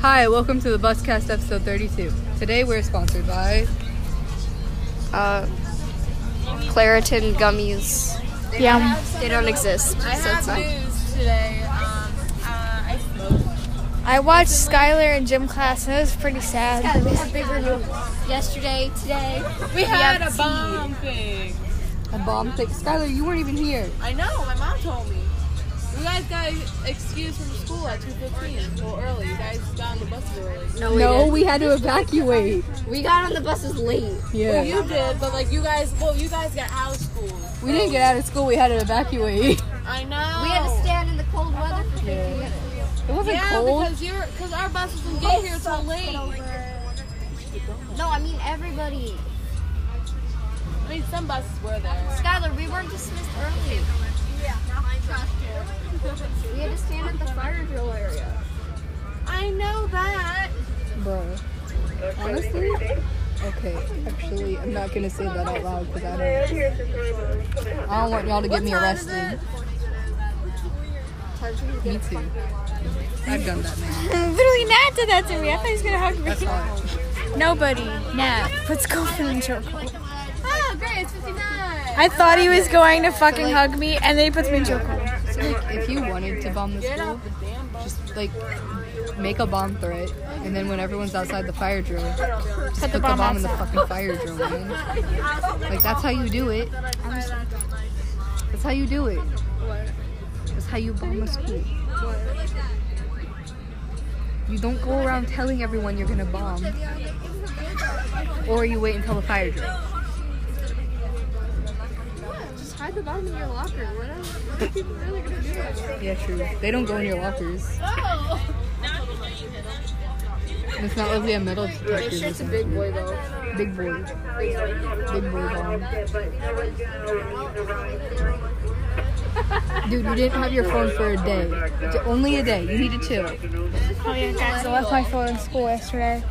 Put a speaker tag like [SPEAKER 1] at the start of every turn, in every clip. [SPEAKER 1] Hi, welcome to the Buscast episode 32. Today we're sponsored by.
[SPEAKER 2] uh, Claritin gummies.
[SPEAKER 3] Yeah.
[SPEAKER 2] They don't exist.
[SPEAKER 4] I
[SPEAKER 2] So
[SPEAKER 4] have
[SPEAKER 2] it's fine.
[SPEAKER 4] news today. Um, uh, I
[SPEAKER 3] I watched Skylar in gym class and it was pretty sad.
[SPEAKER 5] we have big review yesterday, today.
[SPEAKER 4] we had a bomb thing.
[SPEAKER 1] A bomb thing. Skylar, you weren't even here.
[SPEAKER 4] I know. My mom told me. You guys got excused from school at two fifteen. Well, early. You guys got on the bus early.
[SPEAKER 5] No,
[SPEAKER 1] No, we had to evacuate.
[SPEAKER 5] we got on the buses late.
[SPEAKER 1] Yeah.
[SPEAKER 4] You did, but like you guys. Well, you guys got out of school.
[SPEAKER 1] We didn't get out of school, we had to evacuate.
[SPEAKER 4] I know.
[SPEAKER 5] We had to stand in the cold weather for 50 minutes.
[SPEAKER 1] It wasn't
[SPEAKER 4] Yeah,
[SPEAKER 1] cold.
[SPEAKER 4] because you're because our bus doesn't get here
[SPEAKER 3] Oh,
[SPEAKER 4] till late.
[SPEAKER 5] No, I mean everybody.
[SPEAKER 4] I mean, some buses were there.
[SPEAKER 5] Skylar, we weren't dismissed early. We had to stand at the fire drill area.
[SPEAKER 4] I know that.
[SPEAKER 1] Bro. Honestly? Okay, actually, I'm not gonna say that out loud because I don't. I don't want y'all to get me arrested. Me too. I've done that, man.
[SPEAKER 3] Literally, Nat did that to me. I thought he was gonna hug me.
[SPEAKER 1] That's hard.
[SPEAKER 3] Nobody. Nat. Let's go for the chokehold.
[SPEAKER 4] Oh, great! It's fifty nine.
[SPEAKER 3] I thought he was going to fucking hug me, and then he puts me in chokehold.
[SPEAKER 1] So, like, if you wanted to bomb the school, just like make a bomb threat, and then when everyone's outside the fire drill, just put the bomb, in the fucking fire drill, man. Like that's how you do it. That's how you do it. That's how you bomb a school. You don't go around telling everyone you're gonna bomb, or you wait until the fire drill.
[SPEAKER 5] Just hide the bomb in your locker. We're not what are people really gonna do.
[SPEAKER 1] Yeah, true. They don't go in your lockers. And It's not like a metal detector. It's a big boy though. Big boy. Big boy bomb. Dude, you didn't have your phone for a day. J- Only a day. You need to chill.
[SPEAKER 3] Oh yeah, guys, I left my phone in school yesterday.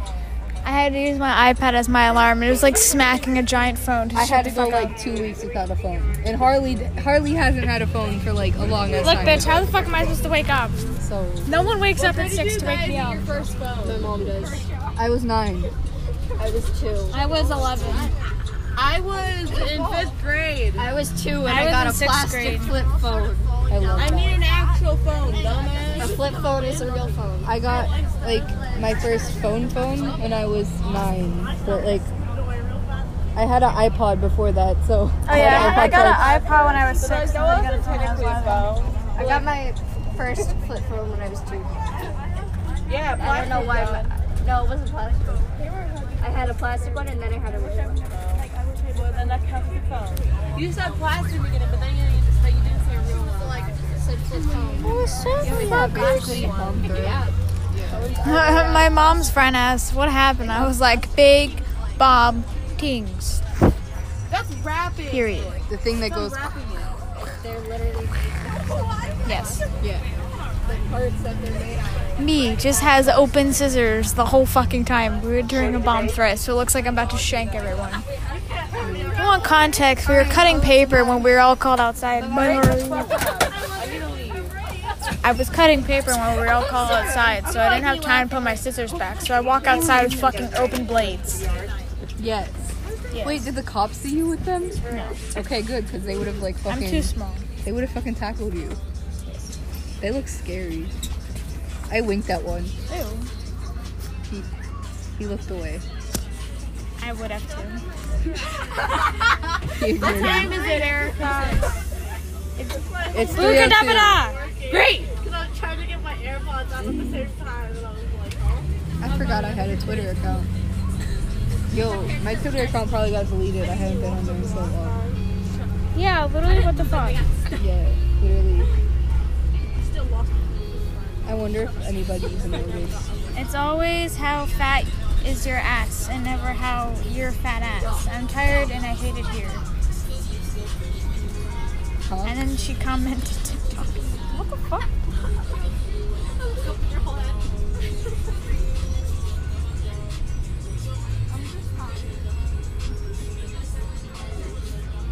[SPEAKER 3] I had to use my iPad as my alarm, and it was like smacking a giant phone. To
[SPEAKER 1] I
[SPEAKER 3] shut
[SPEAKER 1] had
[SPEAKER 3] the
[SPEAKER 1] to go
[SPEAKER 3] fuck up.
[SPEAKER 1] like two weeks without a phone, and Harley Harley hasn't had a phone for like a long ass
[SPEAKER 3] Look,
[SPEAKER 1] time.
[SPEAKER 3] bitch, how the fuck am I supposed to wake up?
[SPEAKER 1] So
[SPEAKER 3] No one wakes up at six to wake me up.
[SPEAKER 4] My mom does.
[SPEAKER 1] I was nine.
[SPEAKER 3] I was 11.
[SPEAKER 4] I was in fifth grade.
[SPEAKER 5] I was two and
[SPEAKER 3] I
[SPEAKER 5] I,
[SPEAKER 3] was
[SPEAKER 5] got
[SPEAKER 3] in
[SPEAKER 5] a
[SPEAKER 3] sixth
[SPEAKER 5] plastic
[SPEAKER 3] grade.
[SPEAKER 5] flip phone.
[SPEAKER 1] I love.
[SPEAKER 4] I need an actual phone, dumbass.
[SPEAKER 5] A flip phone is a real phone.
[SPEAKER 1] I got like my first phone phone when I was nine, but like I had an iPod before that, so
[SPEAKER 3] Oh yeah, I got an iPod when I was six.
[SPEAKER 4] That wasn't technically a phone.
[SPEAKER 5] I got my first flip phone when I was two.
[SPEAKER 4] Yeah,
[SPEAKER 5] I don't know why. My, no, it wasn't plastic. I had a plastic one and then I had a real one.
[SPEAKER 4] Well, then that counts as a phone. You said plastic beginning, but then you didn't, but you didn't say real one.
[SPEAKER 5] Like flip flip phone.
[SPEAKER 3] my mom's friend asked, "What happened?" I was like, "Big Bob Tings."
[SPEAKER 4] That's rapping.
[SPEAKER 3] Period.
[SPEAKER 1] the thing that goes.
[SPEAKER 5] They're literally
[SPEAKER 3] Yes.
[SPEAKER 1] Yeah.
[SPEAKER 3] Me just has open scissors the whole fucking time. We were doing a bomb threat, so it looks like I'm about to shank everyone. If you want context, we were cutting paper when we were all called outside. I was cutting paper when we were all called outside, so I didn't have time to put my scissors back. So I walk outside with fucking open blades.
[SPEAKER 1] Yes. Wait, did the cops see you with them? No. Okay, good, because they would have like
[SPEAKER 3] I'm
[SPEAKER 1] fucking.
[SPEAKER 3] too small.
[SPEAKER 1] They would have fucking tackled you. They look scary. I winked at one.
[SPEAKER 3] Ew.
[SPEAKER 1] He he looked away.
[SPEAKER 3] I would have to.
[SPEAKER 1] He ignored me.
[SPEAKER 3] Time is it, Erica?
[SPEAKER 1] it's
[SPEAKER 3] Luka
[SPEAKER 1] 3:02.
[SPEAKER 3] Great.
[SPEAKER 1] I forgot I had a Twitter account. Yo, my Twitter account probably got deleted. I haven't been on there in so long.
[SPEAKER 3] Yeah, literally, what the fuck?
[SPEAKER 1] Yeah, literally. I wonder if anybody even noticed.
[SPEAKER 3] It's always how fat is your ass and never how you're fat ass. I'm tired and I hate it here. And
[SPEAKER 1] Huh?
[SPEAKER 3] then she commented TikTok. What the fuck?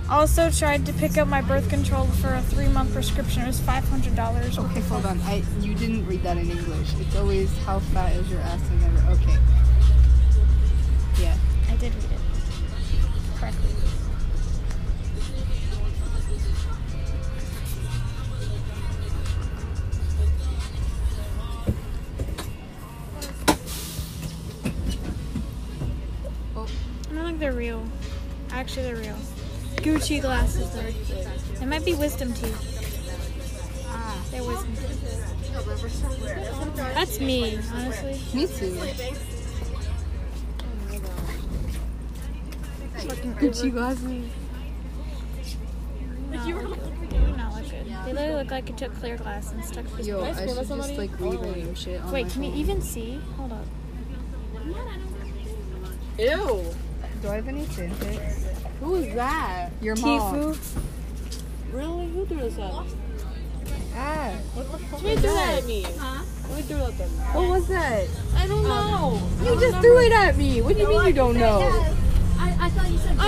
[SPEAKER 3] Also tried to pick up my birth control for a three month prescription. It was five hundred dollars.
[SPEAKER 1] Okay, hold on. I you didn't read that in English. It's always how fat is your ass and never. Okay. Yeah.
[SPEAKER 3] I did read it correctly. I don't think they're real. Actually, they're real. Gucci glasses, though. They might be wisdom teeth. They're wisdom teeth. That's me, honestly.
[SPEAKER 1] Me too.
[SPEAKER 3] Fucking
[SPEAKER 1] Gucci glasses.
[SPEAKER 3] No, they do not look good. They literally look like it took clear glass and stuck this.
[SPEAKER 1] Yo, I should just like read random shit on
[SPEAKER 3] Wait,
[SPEAKER 1] my
[SPEAKER 3] can you
[SPEAKER 1] phone.
[SPEAKER 3] even see? Hold up.
[SPEAKER 4] Ew.
[SPEAKER 1] Do I have any fanfics?
[SPEAKER 4] Who is that?
[SPEAKER 1] Your mom.
[SPEAKER 4] Really? Who threw this up?
[SPEAKER 1] Ah,
[SPEAKER 4] Who threw that at me? Huh? Who threw that at me?
[SPEAKER 1] what was that? Um,
[SPEAKER 4] I don't know.
[SPEAKER 1] You just threw it at me. What do you mean you don't know?
[SPEAKER 4] I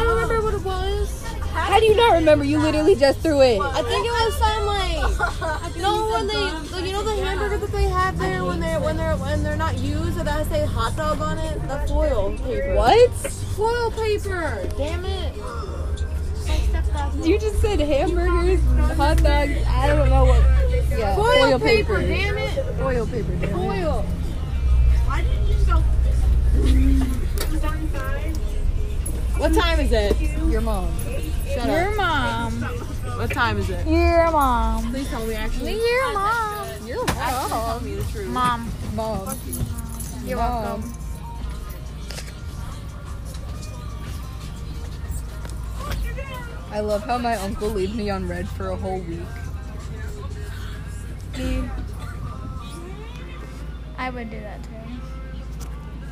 [SPEAKER 4] don't remember what it was.
[SPEAKER 1] How do you not remember? You literally just threw it.
[SPEAKER 4] I think it was some like no when they like, you know the hamburger that they have there when they're when they're when they're not used that has a hot dog on it the foil paper
[SPEAKER 1] What?
[SPEAKER 4] foil paper damn it
[SPEAKER 1] You just said hamburgers, hot dogs. I don't know what. Yeah,
[SPEAKER 4] foil, paper, damn it
[SPEAKER 1] Oil paper. damn it.
[SPEAKER 4] foil why didn't you go what time is it
[SPEAKER 1] Your mom.
[SPEAKER 3] Your mom.
[SPEAKER 4] what time is it
[SPEAKER 3] Your mom.
[SPEAKER 4] please tell me actually
[SPEAKER 3] Your mom.
[SPEAKER 1] Your mom.
[SPEAKER 4] tell me the truth
[SPEAKER 3] Mom.
[SPEAKER 1] Mom. You're welcome. I love how my uncle leaves me on red for a whole week.
[SPEAKER 3] I would do that too.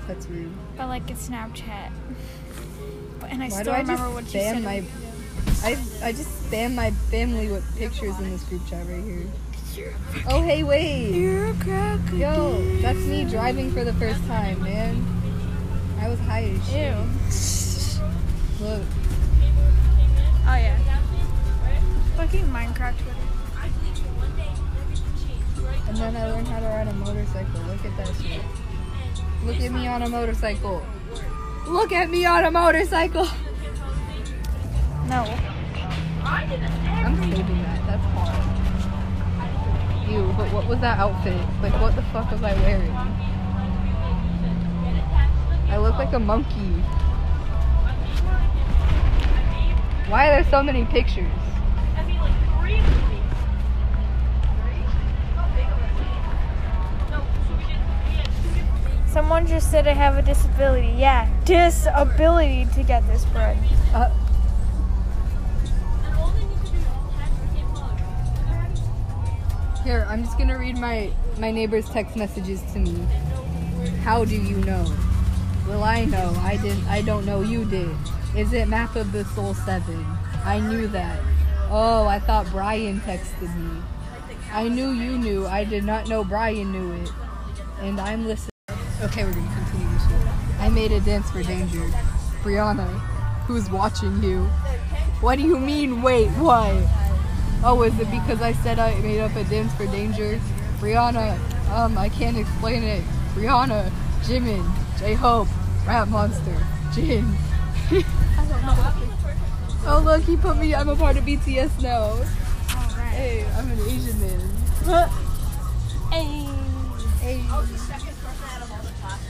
[SPEAKER 1] That's rude.
[SPEAKER 3] But like it's Snapchat. But, and I
[SPEAKER 1] Why do
[SPEAKER 3] still
[SPEAKER 1] I
[SPEAKER 3] remember
[SPEAKER 1] just
[SPEAKER 3] what you
[SPEAKER 1] spam
[SPEAKER 3] said.
[SPEAKER 1] my? I I just spam my family with pictures in this group chat right here. Oh hey wait,
[SPEAKER 3] You're a crocodile.
[SPEAKER 1] yo, that's me driving for the first time, man. I was high as shit.
[SPEAKER 3] Ew.
[SPEAKER 1] Look,
[SPEAKER 3] Oh yeah. Fucking Minecraft Twitter.
[SPEAKER 1] and then I learned how to ride a motorcycle. Look at that shit. Look at me on a motorcycle. Look at me on a motorcycle.
[SPEAKER 3] No.
[SPEAKER 1] I'm saving that. That's hard. Ew, but what was that outfit? Like, what the fuck was I wearing? I look like a monkey. Why are there so many pictures?
[SPEAKER 3] Someone just said I have a disability. Yeah, disability to get this bread.
[SPEAKER 1] Uh, here, I'm just gonna read my my neighbor's text messages to me. How do you know? Well, I know. I didn't. I don't know. You did. Is it map of the soul seven? I knew that. Oh, I thought Brian texted me. I knew you knew. I did not know Brian knew it. And I'm listening. Okay, we're gonna continue this shit. I made a dance for danger. Brianna, who's watching you? What do you mean? Wait, what? Oh, is it because I said I made up a dance for danger? Brianna, um, I can't explain it. Brianna, Jimin, J Hope, Rat Monster, Jin. oh, look, he put me, I'm a part of BTS now. Hey, I'm an Asian man. Hey.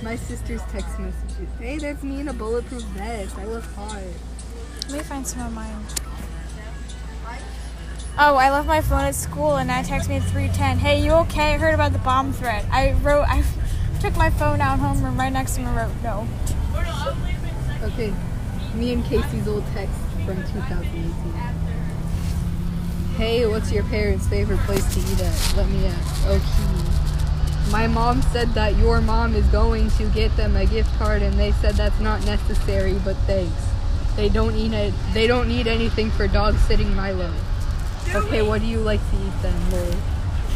[SPEAKER 1] My sister's text messages. Hey, that's me in a bulletproof vest. I was hot.
[SPEAKER 3] Let me find some of mine. Oh, I left my phone at school and I texted me at 310. Hey, you okay? I heard about the bomb threat. I wrote, I took my phone out homeroom right next to him and wrote no.
[SPEAKER 1] Okay, me and Casey's old text from 2018. Hey, what's your parents' favorite place to eat at? Let me ask. Okay. My mom said that your mom is going to get them a gift card, and they said that's not necessary, but thanks. They don't eat it. They don't need anything for dog sitting Milo. Okay, what do you like to eat then, Lord?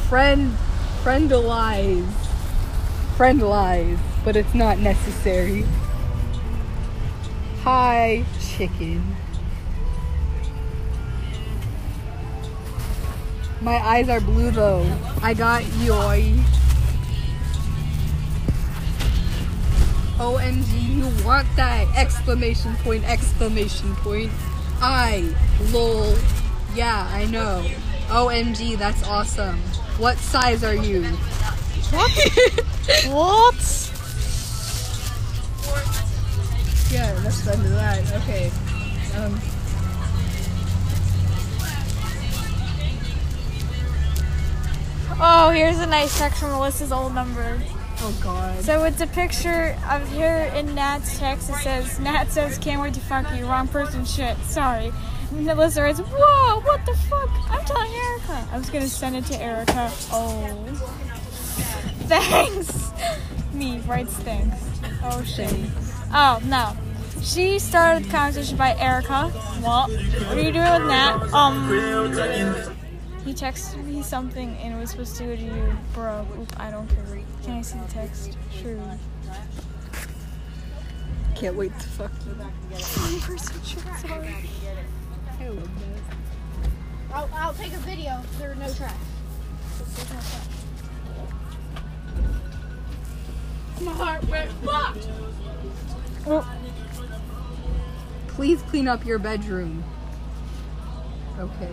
[SPEAKER 1] Friend, friend lies, friend lies, but it's not necessary. Hi, chicken. My eyes are blue though. I got yoi. OMG, you want that! Exclamation point, exclamation point. I, lol. Yeah, I know. OMG, that's awesome. What size are you?
[SPEAKER 3] What?
[SPEAKER 1] Yeah, that's the end of that. Okay. Um.
[SPEAKER 3] Oh, here's a nice text from Melissa's old number.
[SPEAKER 1] Oh god.
[SPEAKER 3] So it's a picture of her in Nat's text. It says, Nat says, can't wait to fuck you. Wrong person, shit. Sorry. And Melissa writes, whoa, what the fuck? I'm telling Erica. I was going to send it to Erica. Oh. Thanks. Me writes thanks. Oh, shit. Oh, no. She started the conversation by Erica. What? What are you doing with Nat? Um. He texted me something and it was supposed to go to you. Bro, oop, I don't care. Can I see the text? True.
[SPEAKER 1] Can't wait to fuck you.
[SPEAKER 6] I'll, I'll take a video. There are no tracks. There's no tracks. My heart went fuck.
[SPEAKER 1] Oh. Please clean up your bedroom. Okay.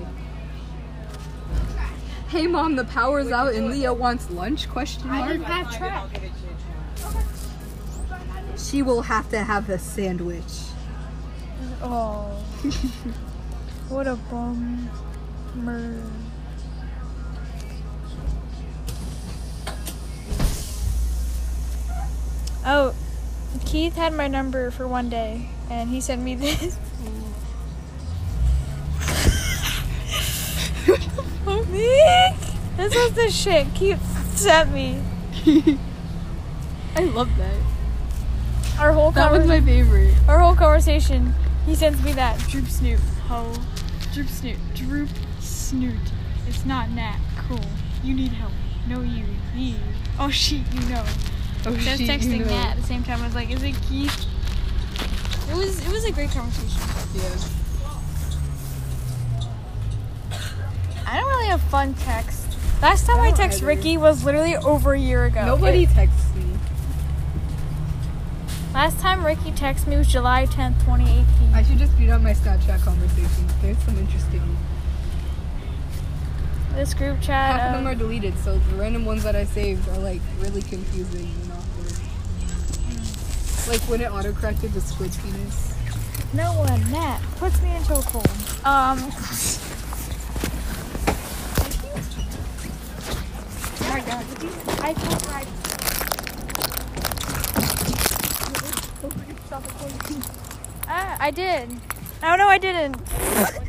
[SPEAKER 1] Hey mom, the power's out and Leah wants lunch? Question
[SPEAKER 6] I
[SPEAKER 1] mark.
[SPEAKER 6] didn't have track.
[SPEAKER 1] She will have to have a sandwich.
[SPEAKER 3] Oh. what a bummer. Oh, Keith had my number for one day and he sent me this. Nick! This is the shit Keith sent me.
[SPEAKER 1] I love that.
[SPEAKER 3] Our whole
[SPEAKER 1] That was
[SPEAKER 3] conver-
[SPEAKER 1] my favorite.
[SPEAKER 3] our whole conversation. He sends me that droop snoot ho, droop snoot droop snoot. It's not Nat. Cool. You need help. No you. You. Oh shit. You know.
[SPEAKER 1] Oh,
[SPEAKER 3] So I was
[SPEAKER 1] shit,
[SPEAKER 3] texting
[SPEAKER 1] you know.
[SPEAKER 3] Nat at the same time. I was like, is it Keith? It was. It was a great conversation.
[SPEAKER 1] Yeah.
[SPEAKER 3] I don't really have fun text. Last time I,
[SPEAKER 1] don't
[SPEAKER 3] text
[SPEAKER 1] either.
[SPEAKER 3] Ricky was literally over a year ago.
[SPEAKER 1] Nobody texts me.
[SPEAKER 3] Last time Ricky texted me was July 10th, 2018.
[SPEAKER 1] I should just beat up my Snapchat conversations. There's some interesting.
[SPEAKER 3] this group chat. um,
[SPEAKER 1] Half
[SPEAKER 3] of-
[SPEAKER 1] of them are deleted, so the random ones that I saved are like really confusing and awkward. Like when it autocorrected the squid penis.
[SPEAKER 3] No one, Nat, puts me into a cold. Um. Oh my god, did you? I can't ride. Ah, I did. Oh no, I didn't.